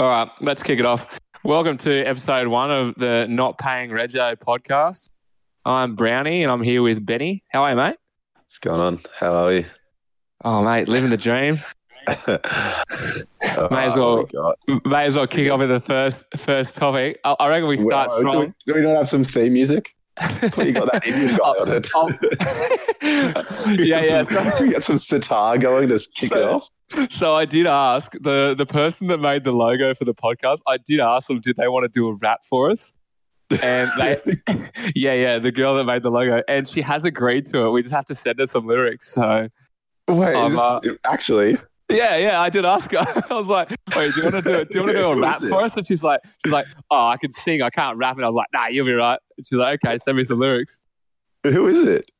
All right, let's kick it off. Welcome to episode one of the Not Paying Rego podcast. I'm Brownie and I'm here with Benny. How are you, mate? What's going on? How are you? Oh, mate, living the dream. May Oh, May as well- May as well kick off with the first first topic. I, I reckon we start do, strong. we- do we not have some theme music? I thought you got that Indian guy on it. Oh, yeah, yeah. So, we got some sitar going to kick it So- off. so I did ask the the person that made the logo for the podcast. I did ask them, did they want to do a rap for us? And they, yeah, yeah, the girl that made the logo, and she has agreed to it. We just have to send her some lyrics. So Wait, I'm, is this- uh, actually, yeah, yeah, I did ask her. I was like, wait, do you want to do it? Do you want to do a What rap is it? for us? And she's like, she's like, oh, I can sing, I can't rap. And I was like, nah, you'll be right. And she's like, okay, send me some lyrics. who is it?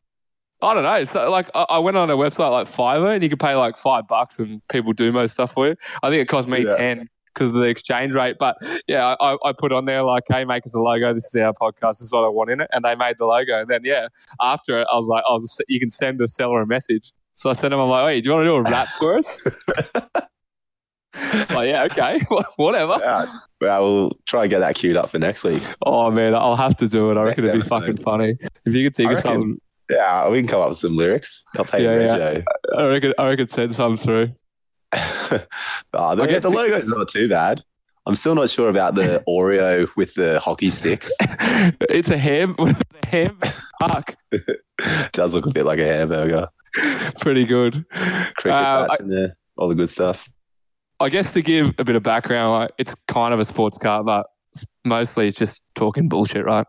I don't know. So like, I, I went on a website like Fiverr, and you could pay like five bucks, and people do most stuff for you. I think it cost me Yeah. ten because of the exchange rate. But yeah, I, I- I put on there like, "Hey, make us a logo. This is our podcast. This is what I want in it." And they made the logo. And then yeah, after it, I was like, "Oh, s- you can send the seller a message." So I sent him. I'm like, "Hey, do you want to do a rap for us?" It's like, yeah, okay, whatever. Yeah, well, we'll try and get that queued up for next week. Oh man, I'll have to do it. I Next reckon it'd be episode. fucking funny if you could think I of reckon- something. Yeah, we can come up with some lyrics. I'll pay Yeah, yeah. Rego. I reckon, I reckon send some through. Ah, the, I guess the it- logo's not too bad. I'm still not sure about the Oreo with the hockey sticks. it's a ham. a ham fuck. does look a bit like a hamburger. Pretty good. Cricket Uh, bats in there, all the good stuff. I guess to give a bit of background, like, it's kind of a sports car, but s- mostly it's just talking bullshit, right?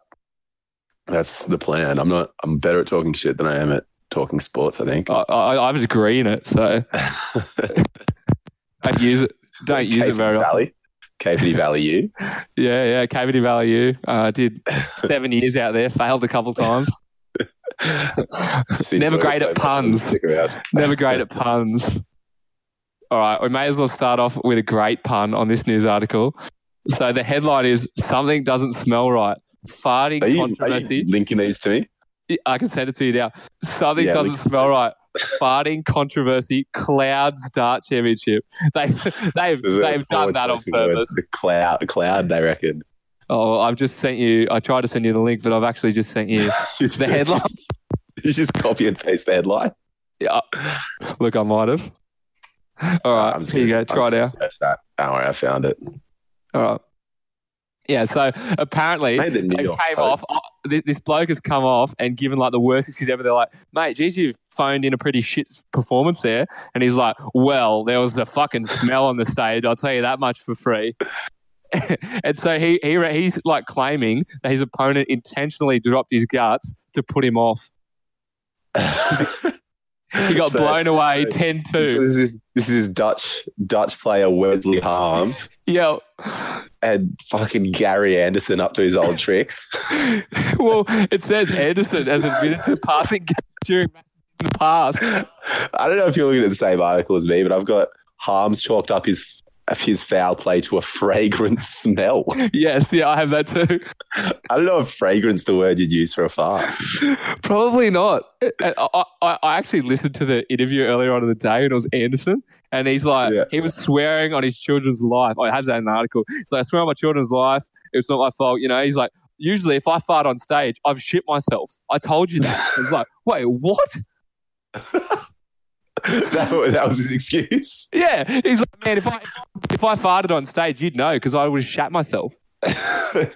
That's the plan. I'm not. I'm better at talking shit than I am at talking sports. I think. I, I, I have a degree in it, so don't use it. Don't use it Cavity very often. Valley. Cavity Valley, you. Yeah, yeah. Cavity Valley U. Uh, did seven years out there, failed a couple times. Just Never enjoy it great at much, puns. stick around. Never great at puns. All right, we may as well start off with a great pun on this news article. So the headline is Something Doesn't Smell Right. Farting Are you, are controversy. you linking these to me? Yeah, I can send it to you now. Something Yeah, we doesn't smell right. Farting controversy clouds dart championship. They've they've There's a they've done forward that on choice of words. purpose. The cloud, cloud. They reckon. Oh, I've just sent you. I tried to send you the link, but I've actually just sent you. The headline. You just copy and paste the headline. Yeah. Look, I might have. All right, here you go. gonna- Try it I'm out. just gonna search that. Don't worry, I found it. All right. Yeah. So apparently, Made the New they York came off. Post. uh, thi- This bloke has come off and given like the worst excuse ever. They're like, mate, geez, you phoned in a pretty shit performance there. And he's like, well, there was a fucking smell on the stage. I'll tell you that much for free. and so he, he re- he's like claiming that his opponent intentionally dropped his guts to put him off. He got So- blown away so- 10 So 2. this is this is Dutch Dutch player Wesley Harms Yo. and fucking Gary Anderson up to his old tricks. well, it says Anderson has admitted to passing during the past. I don't know if you're looking at the same article as me, but I've got Harms chalked up his of his foul play to a fragrant smell. Yes, yeah, I have that too. I don't know if fragrance the word you'd use for a fart. Probably not. I, I, I actually listened to the interview earlier on in the day, and it was Anderson, and he's like, Yeah. he was swearing on his children's life. Oh, it has that in the article. So I swear on my children's life. It's not my fault. You know, he's like, usually if I fart on stage, I've shit myself. I told you that. It's like, wait, what? that, wa- that was his excuse. Yeah. He's like, man, if I if I farted on stage, you'd know because I would have shat myself. so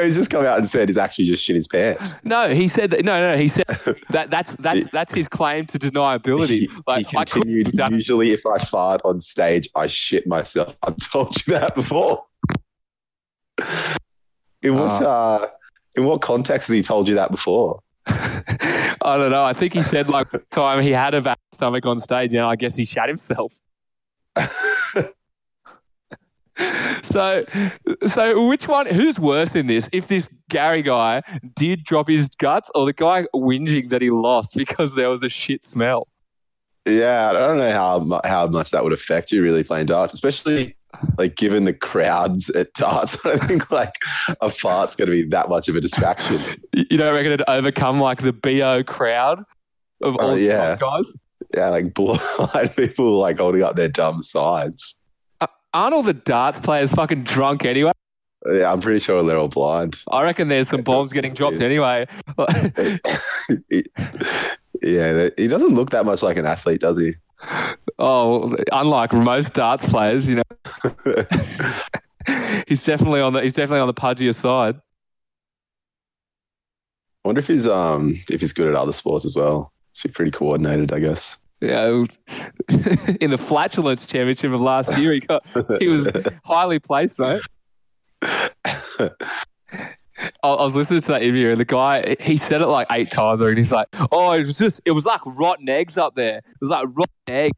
he's just come out and said he's actually just shit his pants. No, he said that. No, no, he said that. That's that's that's his claim to deniability. He, he Like I couldn't continued. have done it. Usually, if I fart on stage, I shit myself. I've told you that before. In what uh, Ah. in what context has he told you that before? I don't know. I think he said like one time he had a bad stomach on stage, and I guess he shat himself. So, so which one? Who's worse in this? If this Gary guy did drop his guts, or the guy whinging that he lost because there was a shit smell? Yeah, I don't know how mu- how much that would affect you really playing darts, especially like given the crowds at darts. I don't think like a fart's going to be that much of a distraction. You you don't reckon it'd overcome like the bo crowd of Oh, all the yeah. guys? Yeah, like blind people like holding up their dumb signs. aren't all the darts players fucking drunk anyway? Yeah, I'm pretty sure they're all blind. I reckon there's some Yeah, bombs drunk getting is dropped weird. anyway. He- yeah, they- he doesn't look that much like an athlete, does he? oh, unlike most darts players, you know. he's definitely on the he's definitely on the pudgier side. I wonder if he's um if he's good at other sports as well. He's pretty coordinated, I guess. Yeah, in the flatulence championship of last year, he got he was highly placed, mate. I, I was listening to that interview, and the guy he said it like eight times, and he's like, "Oh, it was just it was like rotten eggs up there. It was like rotten eggs."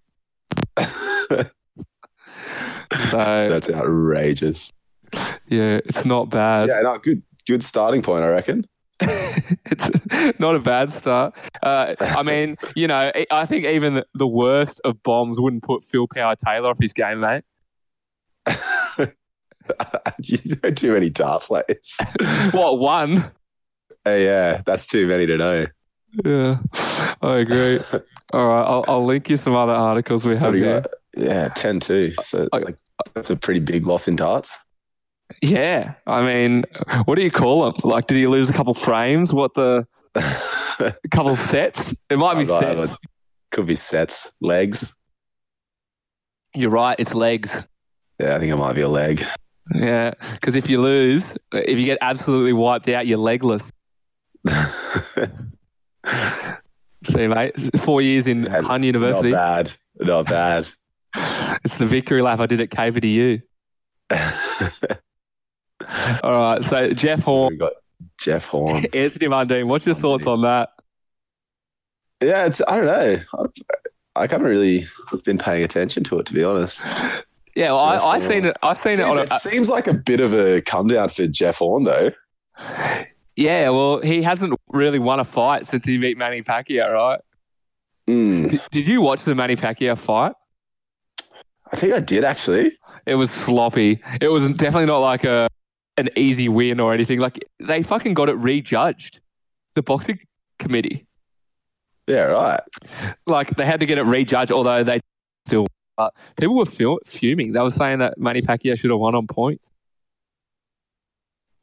So That's outrageous. yeah, it's not bad. Yeah, no, good good starting point, I reckon. it's not a bad start. Uh, I mean, you know, I- I think even the worst of bombs wouldn't put Phil Power Taylor off his game, mate. you know too many dart plays. What one? Uh, yeah, that's too many to know. Yeah, I agree. All right, I'll, I'll link you some other articles we So have we here. got- yeah, ten too. So it's I- like that's a pretty big loss in darts. Yeah, I mean, what do you call him? Like, did he lose a couple frames? What the a couple sets? It might be I've got- I've sets. Could be sets, legs. You're right. It's legs. Yeah, I think it might be a leg. Yeah, because if you lose, if you get absolutely wiped out, you're legless. See, mate, four years in Yeah, Hun University. Not bad. Not bad. It's the victory lap I did at KVDU. All right, so Jeff Horn, We've got Jeff Horn. Anthony Mundine, what's your thoughts on that? Yeah, it's I don't know. I, I haven't really been paying attention to it to be honest. Yeah, well, Jeff I, I Horn. seen it. I seen Seems- it on a, uh, it seems like a bit of a come down for Jeff Horn though. Yeah, well, he hasn't really won a fight since he beat Manny Pacquiao, right? Mm, D- did you watch the Manny Pacquiao fight? I think I did actually. It was sloppy. It was definitely not like a an easy win or anything. Like they fucking got it rejudged. The boxing committee, Yeah, right. like they had to get it rejudged, although they still. But people were fil- fuming. They were saying that Manny Pacquiao should have won on points.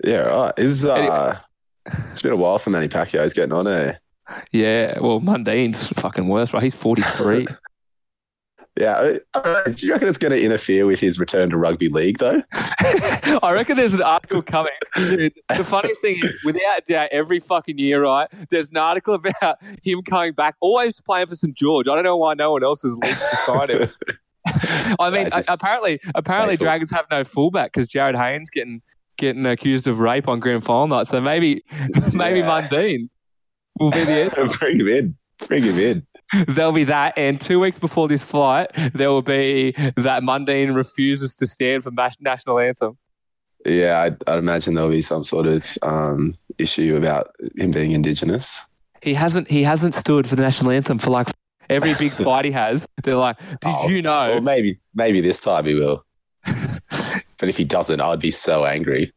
Yeah, right. He's, uh, it's been a while for Manny Pacquiao. He's getting on, eh? Yeah, well, Mundine's fucking worse, right? He's forty three. Yeah. I- I don't know. do you reckon it's going to interfere with his return to rugby league though? I reckon there's an article coming. Dude, the funniest thing is, without a doubt, every fucking year, right? There's an article about him coming back, always playing for St George. I don't know why no one else is linked to sign him. I mean, it's just apparently, apparently, painful. Dragons have no fullback because Jared Haynes getting getting accused of rape on grand final night. So maybe, maybe Yeah. Mundine will be the answer. Bring him in. Bring him in. There'll be that, and two weeks before this flight, there will be that Mundine refuses to stand for mas- national anthem. Yeah, I'd, I'd imagine there'll be some sort of um, issue about him being indigenous. He hasn't. He hasn't stood for the national anthem for like every big fight he has. They're like, did Oh, you know? Or maybe maybe this time he will. but if he doesn't, I'd be so angry.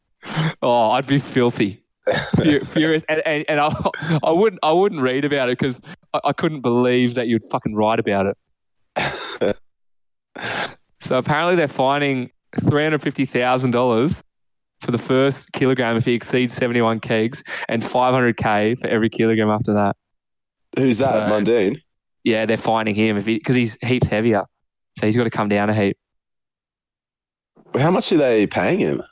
Oh, I'd be filthy, Fu- furious, and, and, and I, I wouldn't. I wouldn't read about it because I, I couldn't believe that you'd fucking write about it. So apparently they're fining three hundred fifty thousand dollars for the first kilogram if he exceeds seventy-one kegs, and five hundred k for every kilogram after that. Who's that, So- Mundine? Yeah, they're fining him if because he's heaps heavier, so he's got to come down a heap. How much are they paying him?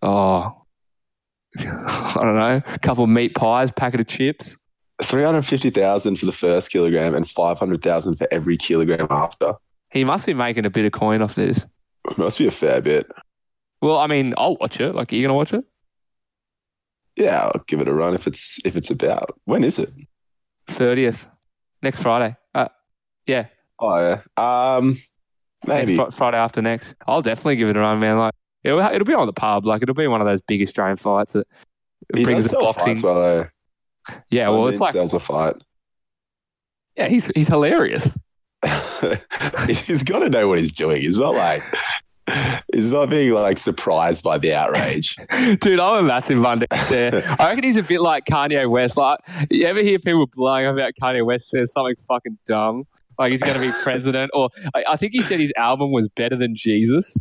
Oh, I don't know. A couple of meat pies, packet of chips. Three hundred fifty thousand for the first kilogram and five hundred thousand for every kilogram after. He must be making a bit of coin off this. Must be a fair bit. Well, I mean, I'll watch it. Like, are you gonna watch it? Yeah, I'll give it a run if it's if it's about. When is it? Thirtieth, next Friday. Uh, yeah, Oh, yeah. um, next maybe. Fri- Friday after next. I'll definitely give it a run, man. Like, it'll, it'll be on the pub. Like, it'll be one of those big Australian fights that He brings does the sell boxing. fights well. though. yeah, well, it's Mundine like, sells a fight. yeah, he's he's hilarious. he's got to know what he's doing. He's not like he's not being like surprised by the outrage. Dude, I'm a massive Monday fan. I reckon he's a bit like Kanye West. Like, you ever hear people blowing up about Kanye West says something fucking dumb? Like he's going to be president, or I, I think he said his album was better than Jesus.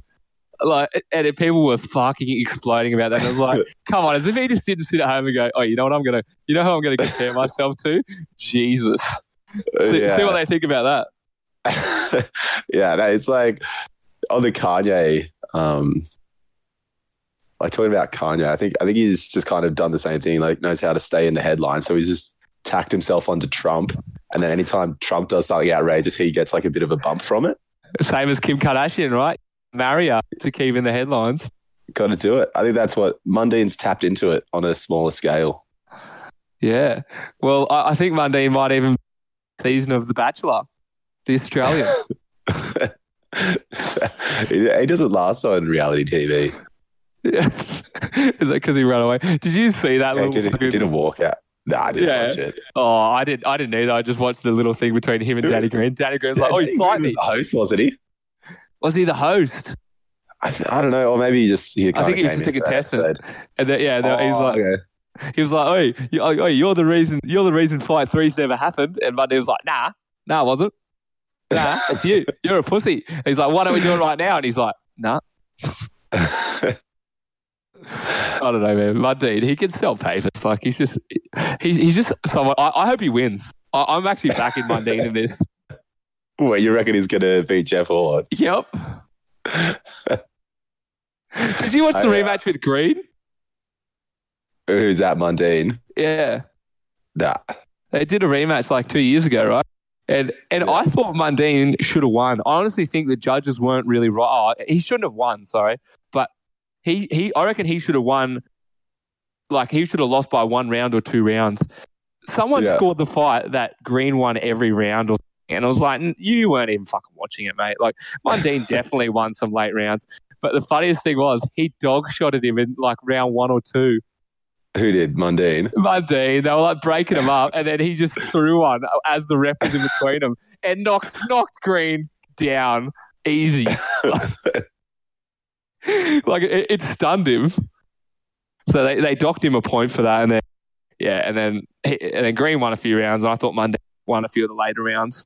Like, and it, people were fucking exploding about that. And I was like, come on, as if he just didn't sit at home and go, oh, you know what I'm gonna, you know how I'm gonna compare myself to Jesus. Uh, See, see what they think about that. yeah, no, it's like on the Kanye, um, like talking about Kanye. I think I think he's just kind of done the same thing. Like knows how to stay in the headline, so he's just tacked himself onto Trump. And then anytime Trump does something outrageous, he gets like a bit of a bump from it. Same as Kim Kardashian, right? Marry her to keep in the headlines. Got to do it. I think that's what Mundine's tapped into it on a smaller scale. Yeah. Well, I, I think Mundine might even season of The Bachelor, the Australian. he doesn't last on reality TV. Yeah. Is that because he ran away? Did you see that Yeah, he little did, a, fucking- did a walkout. Nah, I didn't Yeah. watch it. Oh, I didn't. I didn't either. I just watched the little thing between him and Dude. Danny Green. Danny Green's like, "Oh, Danny you Green fight was me." the host, wasn't he? Was he the host? I, th- I don't know, or maybe he just he kind think he of was just a came in for that contestant. episode. And then, yeah, no, he's Oh, like, okay. he was like, "Oh, you, oh, you're the reason. You're the reason fight three's never happened." And Monday was like, "Nah, nah, I wasn't. Nah, it's you. You're a pussy." And he's like, "Why don't we do it right now?" And he's like, "Nah, I don't know, man. Mundine, he can sell papers. Like he's just, he's, he's just someone. I, I hope he wins. I, I'm actually backing Mundine in this. Wait, you reckon he's gonna beat Jeff Horn? Yep. Did you watch the I, uh, rematch with Green? Who's that Mundine? Yeah. Nah. They did a rematch like two years ago, right? And and Yeah. I thought Mundine should have won. I honestly think the judges weren't really right. Oh, he shouldn't have won, sorry. But he, he I reckon he should have won like he should have lost by one round or two rounds. Someone Yeah. scored the fight that Green won every round or and I was like, "N- you weren't even fucking watching it, mate. Like Mundine definitely won some late rounds. But the funniest thing was he dog shotted him in like round one or two. Who did Mundine? Mundine. They were like breaking him up, and then he just threw one as the ref was in between them and knocked knocked Green down easy. like it, it stunned him. So they, they docked him a point for that, and then yeah, and then he- and then Green won a few rounds, and I thought Mundine won a few of the later rounds.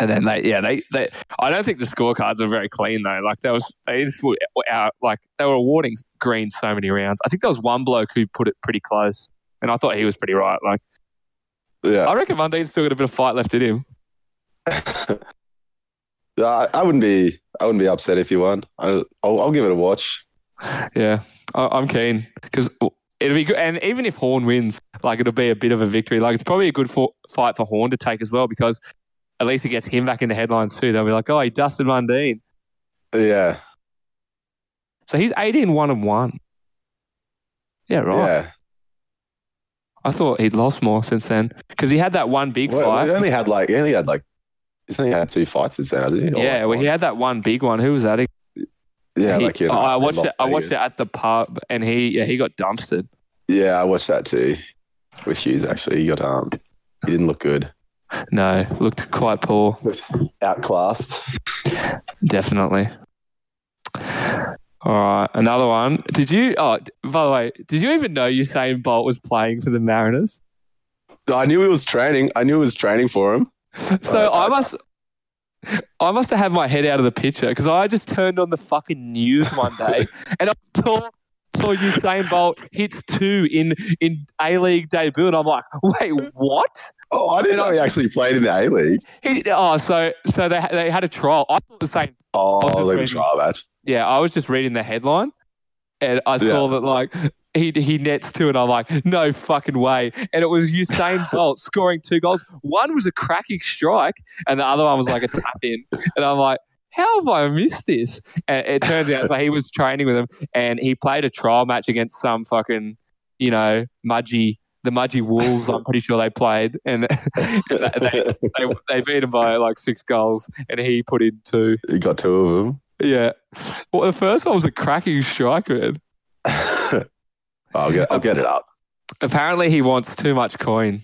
And then they, yeah, they, they. I don't think the scorecards are very clean though. Like there was, they just were out, like they were awarding Green so many rounds. I think there was one bloke who put it pretty close. And I thought he was pretty right. Like Yeah. I reckon Mundine's still got a bit of fight left in him. I, I wouldn't be I wouldn't be upset if you won. I, I'll, I'll give it a watch. Yeah, I, I'm keen because it'll be good. And even if Horn wins, like it'll be a bit of a victory. Like it's probably a good for, fight for Horn to take as well because at least it gets him back in the headlines too. They'll be like, oh, he dusted Mundine. Yeah. So he's 18, one and one. Yeah, right. Yeah. I thought he'd lost more since then because he had that one big Well, fight. he only had like he only had like he's only had two fights since then, hasn't he? Or, yeah, like, well, he had that one big one. Who was that? again? yeah, He- like he had- oh, I in watched Las it. I watched it Vegas. at the pub, and he yeah he got dumpstered. Yeah, I watched that too with Hughes. Actually, he got um, he didn't look good. No, looked quite poor, Outclassed. definitely. All right, another one. Did you? Oh, d- by the way, did you even know Usain Bolt was playing for the Mariners? I knew he was training. I knew he was training for him. So Uh, I- I must, I must have had my head out of the picture because I just turned on the fucking news one day and I saw, saw Usain Bolt hits two in in A League debut, and I'm like, wait, what? Oh, I didn't know he actually played in the A League. He, oh, so so they they had a trial. I thought the same Oh, I was like a reading- trial match. yeah, I was just reading the headline and I saw that like he he nets two, and I'm like, no fucking way. And it was Usain Bolt scoring two goals. One was a cracking strike, and the other one was like a tap in. And I'm like, how have I missed this? And it turns out so he was training with him, and he played a trial match against some fucking you know mudgy. The Mudgy Wolves, I'm pretty sure they played, and they, they, they beat him by like six goals, and he put in two. he got two of them. Yeah. Well, the first one was a cracking strike, man. I'll get. I'll get it up. Apparently, he wants too much coin.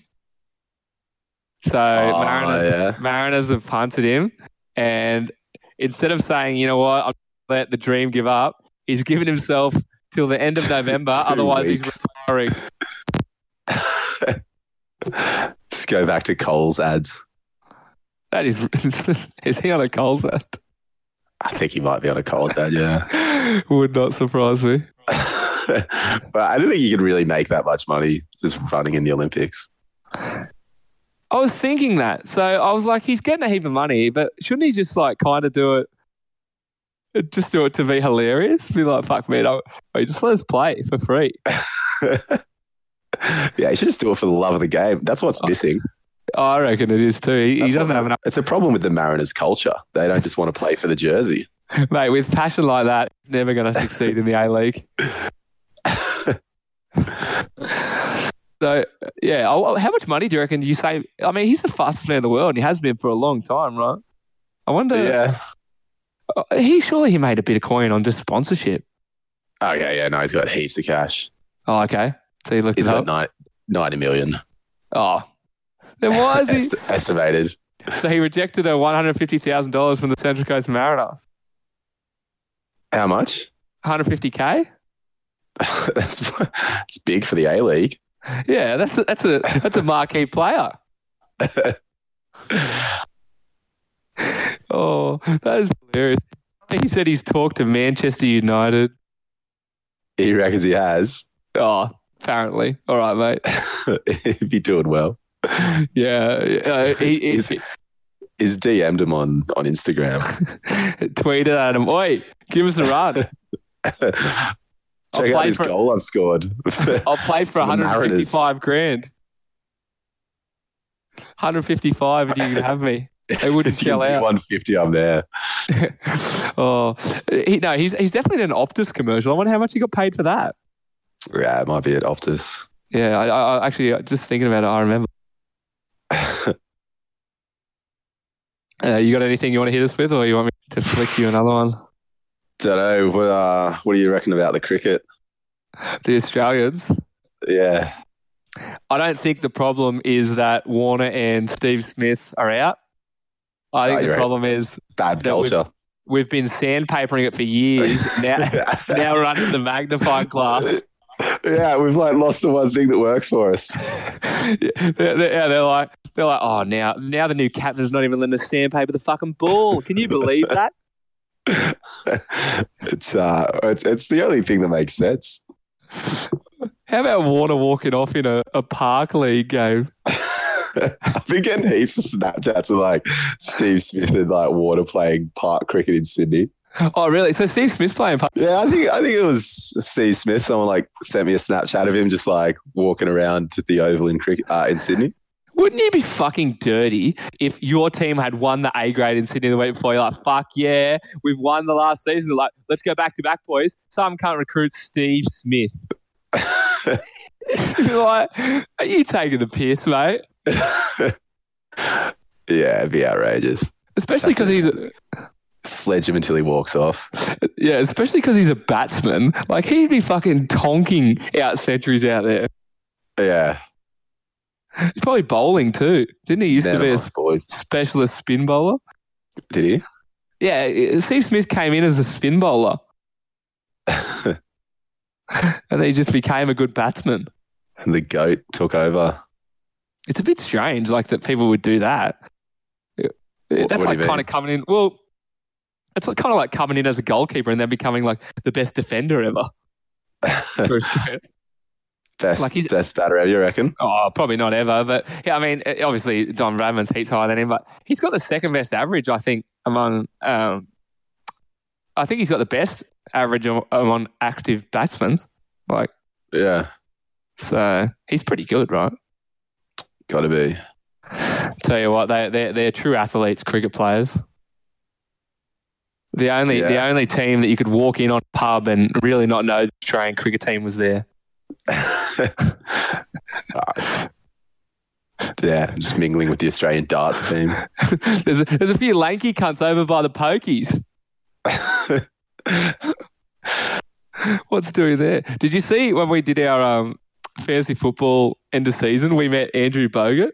So Oh, Mariners, yeah. Mariners have punted him, and instead of saying, you know what, I'm gonna let the dream give up, he's given himself till the end of November. Two otherwise, weeks. he's retiring. Just go back to Cole's ads. That is, is he on a cold set? I think he might be on a cold dad, yeah. Would not surprise me. but I don't think you can really make that much money just running in the Olympics. I was thinking that. So I was like, he's getting a heap of money, but shouldn't he just like kind of do it? Just do it to be hilarious. Be like, fuck me, don't, wait, just let us play for free. yeah, you should just do it for the love of the game. That's Oh. what's missing. I reckon it is too. He, he That's doesn't what- have enough. It's a problem with the Mariners culture. They don't just want to play for the jersey. Mate, with passion like that, he's never going to succeed in the A League. So, yeah, I- I- how much money do you reckon do you save? I mean, he's the fastest man in the world and he has been for a long time, right? I wonder, yeah. uh, he surely he made a bit of coin on just sponsorship. Okay, Oh, yeah, no, he's got heaps of cash. Oh, okay. So you looked He's it up. got ni- 90 million Oh. Then why is he? est- estimated. so he rejected a $150,000 from the Central Coast Mariners. How much? 150K? that's, that's big for the A League. Yeah, that's a, that's a that's a marquee player. oh, that is hilarious. I think he said he's talked to Manchester United. He reckons he has. Oh, apparently. All right, mate. He'd be doing well. Yeah, yeah, uh, he, he, Is- He's DM'd him on, on Instagram. tweeted at him, "Oi, give us a run. Check I'll out play this for- goal I've scored. I'll play For for the 155 grand. 155, and you can have me." They wouldn't If you shell need out. 150, I'm there. oh, he, no, he's he's definitely in an Optus commercial. I wonder how much he got paid for that. Yeah, it might be at Optus. Yeah, I, I I- actually uh, just thinking about it, I remember. Uh, you got anything you want to hit us with, or you want me to flick you another one? Don't know. What, uh, what do you reckon about the cricket? The Australians. Yeah. I don't think the problem is that Warner and Steve Smith are out. I Oh, think the you're right. problem is Bad That would- culture. we've been sandpapering it for years. now, now we're under the magnifying glass. yeah, we've like lost the one thing that works for us. yeah, they're, they're- yeah, they're like, they're like, oh, now, now the new captain's not even letting us sandpaper the fucking ball. Can you believe that? it's uh, it's, it's the only thing that makes sense. How about Warner walking off in a, a park league game? I've been getting heaps of Snapchats of like Steve Smith and like Water playing park cricket in Sydney. Oh, really? So Steve Smith's playing park. Yeah, I think I think it was Steve Smith. Someone like sent me a Snapchat of him just like walking around to the Oval in cricket uh, in Sydney. Wouldn't you be fucking dirty if your team had won the A grade in Sydney the week before? You're like, fuck yeah, we've won the last season. They're like, let's go back to back, boys. Some can't recruit Steve Smith. You're like, are you taking the piss, mate? Yeah, it'd be outrageous. Especially because he's Sledge him until he walks off. yeah, especially because he's a batsman. Like he'd be fucking tonking out centuries out there. Yeah, He's probably bowling too, didn't he? Used to Man be a amongst boys. specialist spin bowler. Did he? Yeah, uh, Steve Smith came in as a spin bowler. and then he just became a good batsman. And the goat took over. It's a bit strange, like that people would do that. It- Wha- That's what like do you kind mean? of coming in. Well, it's like, kind of like coming in as a goalkeeper and then becoming like the best defender ever. For Australia. Best Like he's- best batter ever, you reckon? oh, probably not ever, but yeah, I mean, eh, obviously Don Bradman's heaps higher than him, but he's got the second best average, I think, among. Um, I think he's got the best average am- among active batsmen. Like, Yeah, so he's pretty good, right? gotta be. Tell you what, they they're, they're true athletes, cricket players. The only the Yeah. only team that you could walk in on a pub and really not know the Australian cricket team was there. yeah, just mingling with the Australian darts team. there's a, there's a few lanky cunts over by the pokies. What's doing there? Did you see when we did our um, fantasy football end of season? We met Andrew Bogut.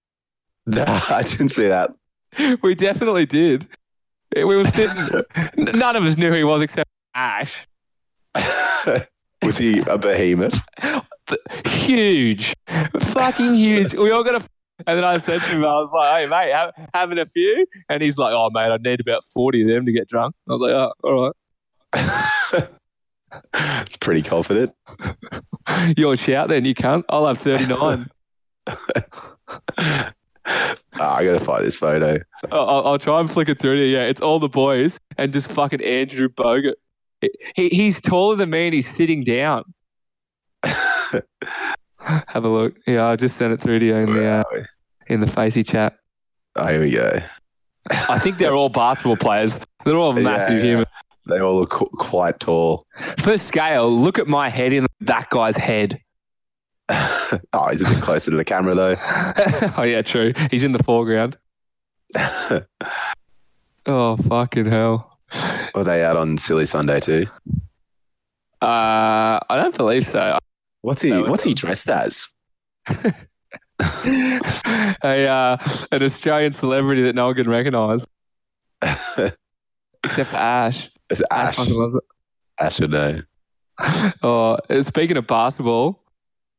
no, I didn't see that. We definitely did. We were sitting. n- none of us knew who he was except Ash. Was he a behemoth? huge, fucking huge. We all got a And then I said to him, I was like, hey, mate, ha- having a few? And he's like, oh, mate, I need about 40 of them to get drunk. I was like, oh, all right. it's pretty confident. Your shout then, you can't. I'll have 39. Ah, I gotta find this photo. I'll, I'll- I'll try and flick it through to you. Yeah, it's all the boys and just fucking Andrew Bogut. He, he's taller than me and he's sitting down. Have a look. Yeah, I just sent it through to you in the Where uh, are we? in the facey chat. Oh, here we go. I think they're all basketball players. They're all Yeah, massive yeah. humans. They all look qu- quite tall. For scale, look at my head in that guy's head. oh, he's a bit closer to the camera though. oh yeah, true. He's in the foreground. Oh fucking hell. Were they out on Silly Sunday too? Uh, I don't believe so. What's he? That was- What's he dressed as? a uh, an Australian celebrity that no one can recognise except for Ash. It's Ash Ash. fucking loves Ash would know. it. Oh, uh, speaking of basketball,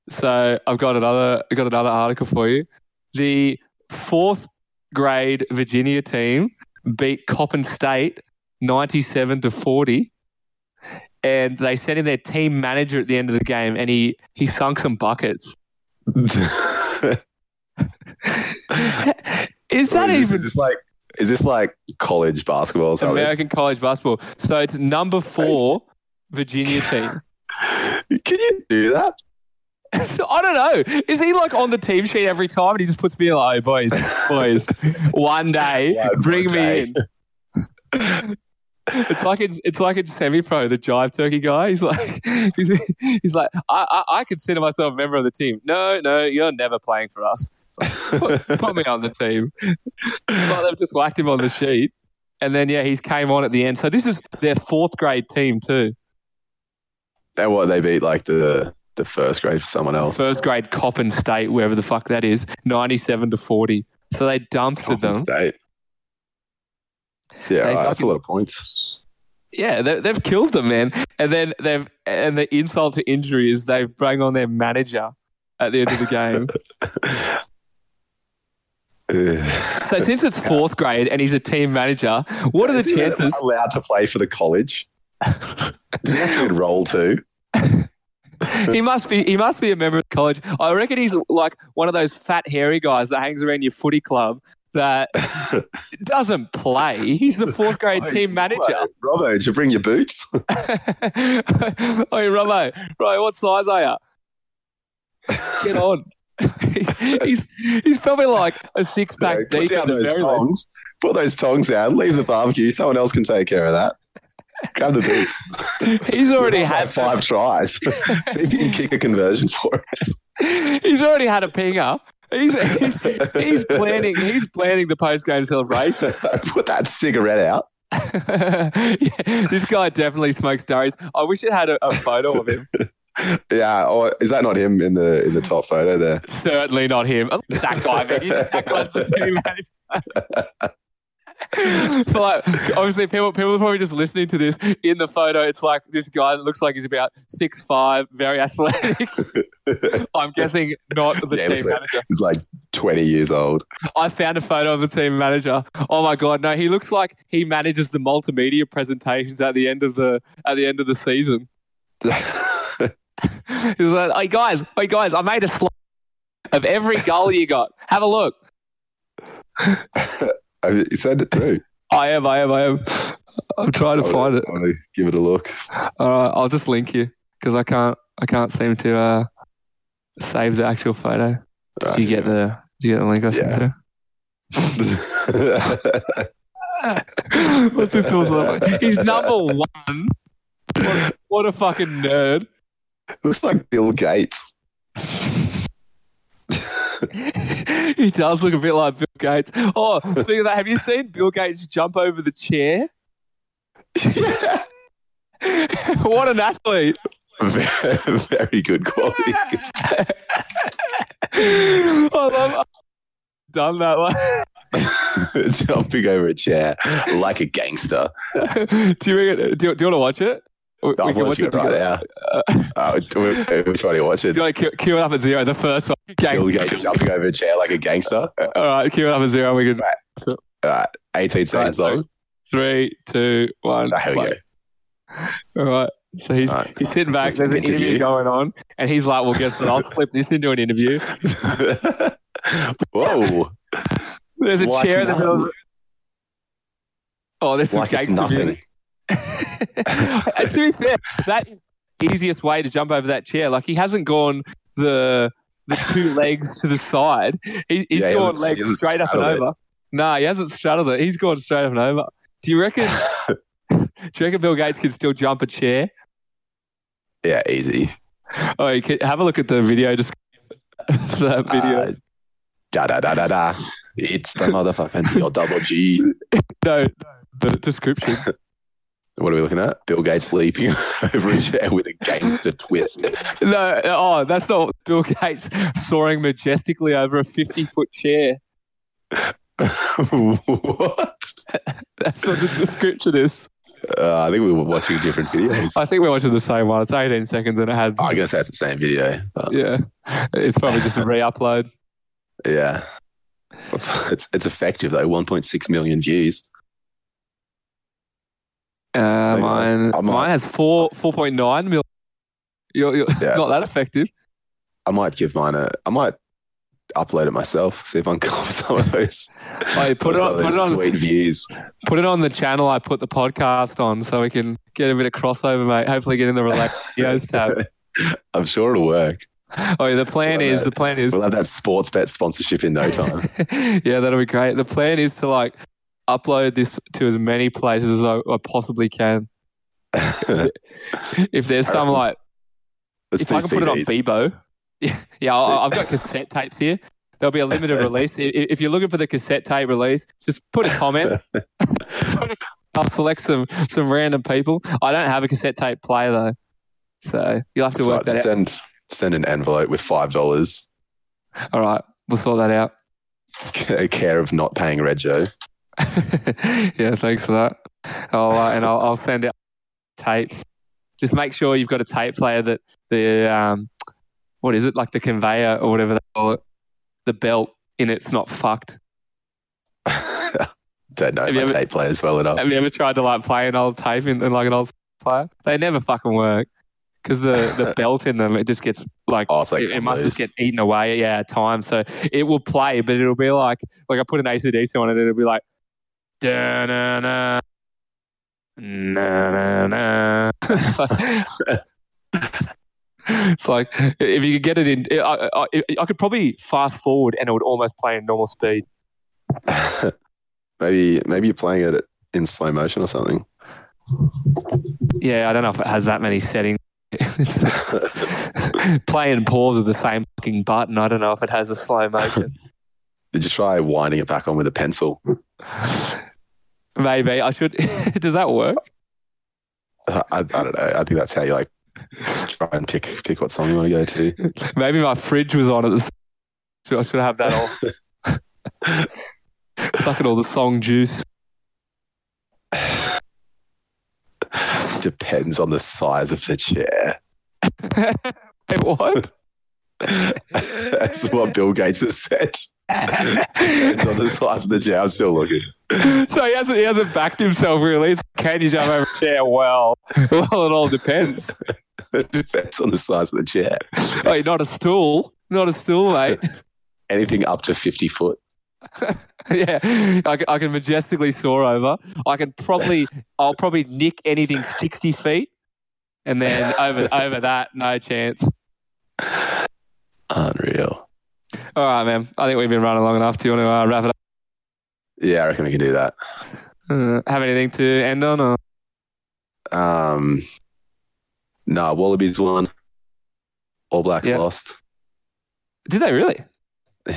so I've got another I've got another article for you. The fourth grade Virginia team beat Coppin State ninety-seven to forty. And they sent in their team manager at the end of the game, and he, he sunk some buckets. Is that is, Oh, this, even is this like? Is this like college basketball or something? American college basketball. So it's number four Virginia team. Can you do that? I don't know. Is he like on the team sheet every time and he just puts me like, oh, boys, boys, one day, One bring me day." in. It's like it's, it's like it's semi-pro, the jive turkey guy. He's like, he's, he's like, I, I, I consider myself a member of the team. No, no, you're never playing for us. Put, put me on the team. It's like they've just whacked him on the sheet, and then yeah, he's came on at the end. So this is their fourth grade team too. And what they beat like the the first grade for someone else. First grade Coppin State, wherever the fuck that is, 97 to 40. So they dumpstered Coppin them. State. Yeah, They right, that's a fucking- lot of points. Yeah, they, they've killed them, man. And then they've, and the insult to injury is they've brought on their manager at the end of the game. Ugh. so since it's fourth grade and he's a team manager, what are the Is he chances? Allowed to play for the college? Does he have to enroll too? he must be he must be a member of the college. I reckon he's like one of those fat hairy guys that hangs around your footy club that doesn't play. He's the fourth grade team manager. Robbo, did you bring your boots? Oi, Romo, right, what size are you? Get on. he's he's probably like a six pack Yeah, deep put at down the those very least. tongs. Put those tongs down. Leave the barbecue. Someone else can take care of that. Grab the boots. He's already We've had five tries. See if you can kick a conversion for us. He's already had a pinger. He's he's, he's planning he's planning the post game celebration. Put that cigarette out. Yeah, this guy definitely smokes durries. I wish it had a, a photo of him. Yeah. Or is that not him in the in the top photo there? Certainly not him. Oh, That guy, man. That guy's the team manager. so like, obviously, people people are probably just listening to this. In the photo, it's like this guy that looks like he's about six five, very athletic. I'm guessing not the Yeah, he team looks like- manager. He's like 20 years old. I found a photo of the team manager. Oh my god, no, he looks like he manages the multimedia presentations at the end of the at the end of the season. He's like, "Hey guys, hey guys, I made a slide of every goal you got. Have a look." I mean, send it through. I am, I am, I am. I'm trying to I'm find gonna- it. I'm gonna give it a look. All right, I'll just link you because I can't. I can't seem to uh, save the actual photo. Right, Do you get the? Do you get the link? I Yeah. sent you? What's this tool's like? He's number one. What, what a fucking nerd! Looks like Bill Gates. he does look a bit like Bill Gates. Oh, speaking of that, have you seen Bill Gates jump over the chair? yeah. what an athlete! Very, very good quality. I love. I've Done that one. Jumping over a chair like a gangster. do you do you, do you want to watch it? We, No, we I'm can watch watching it it right together. now. Uh, which- which one are you watching? Do you want to queue it up at zero? The first one. Bill Gang. Gates jumping over a chair like a gangster. All right, queue it up at zero. We can. All right, 18 seconds Right, long. Three, two, one. Oh, here we go. go. All right. So he's All right. he's sitting back. It's There's an an interview. interview. going on, and he's like, "Well, guess what? I'll slip this into an interview." Whoa. There's a Like chair in the middle. Of the- oh, there's some Like it's gangster music. nothing. and to be fair, that is the easiest way to jump over that chair. Like he hasn't gone the the two legs to the side. He, he's Yeah, he gone hasn't- he legs hasn't straight up and straddled it. over. Nah, he hasn't straddled it. He's gone straight up and over. Do you reckon? do you reckon Bill Gates can still jump a chair? Yeah, easy. Oh, you can, have a look at the video. Just that video. Uh, da da da da da. It's the motherfucking your double G. no, the description. What are we looking at? Bill Gates leaping over a chair with a gangster twist. No, oh, that's not Bill Gates soaring majestically over a fifty-foot chair. what? That's what the description is. Uh, I think we were watching different videos. I think we're watching the same one. It's 18 seconds and it had. I'm gonna say it's the same video, but yeah. It's probably just a re upload. yeah, it's it's effective though. 1.6 million views. Uh, Okay. mine, I might- mine has four, 4.9 million. You're, you're Yeah, not so- that effective. I might give mine a. I might upload it myself. See if I can cop some of those. Oh, you put it some on- of put those it on- Sweet views. Put it on the channel I put the podcast on so we can get a bit of crossover, mate. Hopefully, get in the relax videos tab. I'm sure it'll work. Oh, yeah, the plan Love is that. the plan is We'll have that sports bet sponsorship in no time. yeah, that'll be great. The plan is to like upload this to as many places as I, I possibly can. If there's some Alright. like Let's if do I can put it on CDs. Bebo. Yeah, yeah I'll- I'll- I've got cassette tapes here. There'll be a limited release. I- If you're looking for the cassette tape release, just put a comment. I'll select some some random people. I don't have a cassette tape player though, so you'll have to That's work right, just that out. Send send an envelope with five dollars. All right, we'll sort that out. Care of not paying Red Joe. yeah, thanks for that. I'll, uh, and I'll, I'll send out tapes. Just make sure you've got a tape player that the um, what is it like the conveyor or whatever they call it, the belt in it's not fucked. Don't know Have if you my ever- tape players well enough. Have you ever tried to like play an old tape in, in like an old player? They never fucking work because the the belt in them it just gets like Oh, it's like it, it come must just loose. get eaten away. Yeah, at times. So it will play, but it'll be like like I put an ACDC on it, it'll be like da na na na na. It's like if you could get it in, I, I, I could probably fast forward and it would almost play in normal speed. maybe maybe you're playing it in slow motion or something. Yeah, I don't know if it has that many settings. play and pause are the same fucking button. I don't know if it has a slow motion. Did you try winding it back on with a pencil? Maybe I should. Does that work? I, I don't know. I think that's how you like try and pick pick what song you want to go to. Maybe my fridge was on at the. s- Should, I should have that off. Sucking all the song juice. Depends on the size of the chair. Wait, what? That's what Bill Gates has said. Depends on the size of the chair. I'm still looking. so he hasn't he hasn't backed himself really. It's, Can you jump over a chair? Well, well, it all depends. Depends on the size of the chair. Wait, not a stool, not a stool, mate. Anything up to 50 foot. yeah, I, c- I can majestically soar over. I can probably, I'll probably nick anything sixty feet, and then over over that, no chance. Unreal. All right, man. I think we've been running long enough. Do you want to uh, wrap it up? Yeah, I reckon we can do that. Uh, have anything to end on? Or? Um, nah, Wallabies won. All Blacks Yeah. lost. Did they really?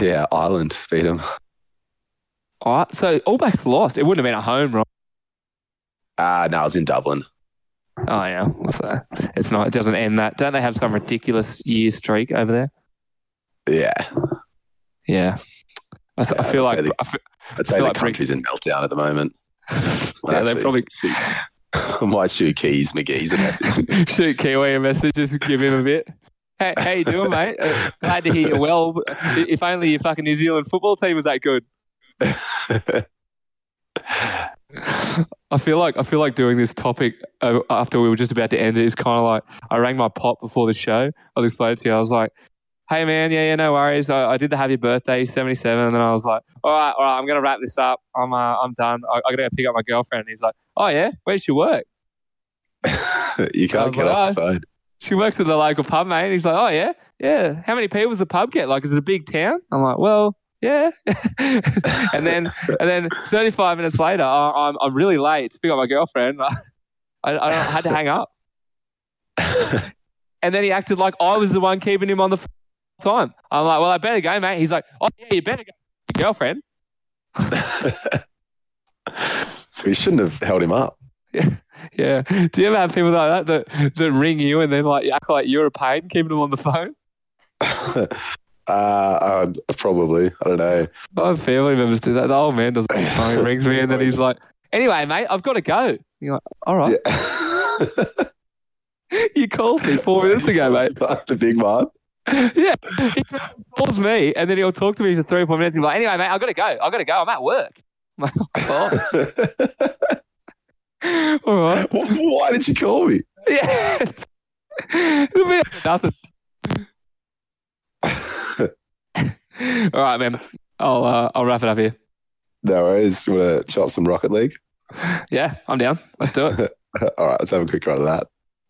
Yeah, Ireland beat them All right. So All Blacks lost. It wouldn't have been at home, right? Ah, no, I was in Dublin. Oh yeah. So it's not. It doesn't end that. Don't they have some ridiculous year streak over there? Yeah, Yeah. I, s- I Yeah, feel like I'd say I feel, I'd say Feel the like break- country's in meltdown at the moment. Well, yeah, they actually, probably I might shoot Keys McGee's a message. Shoot Kiwi a message, just give him a bit. Hey, how you doing, mate? Uh, glad to hear you well. If only your fucking New Zealand football team was that good. I feel like I feel like doing this topic uh, after we were just about to end it is kind of like I rang my pop before the show. I'll explain it to you. I was like, "Hey man, yeah, yeah, no worries. I, I did the happy birthday seventy seven, and then I was like, "All right, all right, I'm gonna wrap this up. I'm uh, I'm done. I, I gotta go pick up my girlfriend." And he's like, "Oh yeah, where's she work? you can't was get like, off the phone. She works at the local pub, mate." And he's like, "Oh yeah, yeah. How many people does the pub get? Like, is it a big town?" I'm like, "Well." Yeah, and then and then 35 minutes later, I, I'm, I'm really late to pick up my girlfriend. I, I, don't- I had to hang up. And then he acted like I was the one keeping him on the f- time. I'm like, well, I better go, mate. He's like, oh, yeah, you better go. Your girlfriend. we shouldn't have held him up. Yeah. Do you ever have people like that that, that ring you and then like act like you're a pain keeping them on the phone? uh, uh, probably. I don't know. My family members do that. The old man doesn't have a phone. He rings me and then he's like, anyway, mate, I've got to go. And you're like, all right. Yeah. You called me four minutes ago, mate. the big man. yeah, he calls me and then he'll talk to me for three or four minutes. He'll be like, anyway, mate, I've got to go. I've got to go. I'm at work. I'm like, "Oh, all right. Why did you call me? Yeah. It'll be nothing. All right, man. I'll, uh, I'll wrap it up here. No worries. Want to chop some Rocket League? Yeah, I'm down. Let's do it. All right, let's have a quick run of that.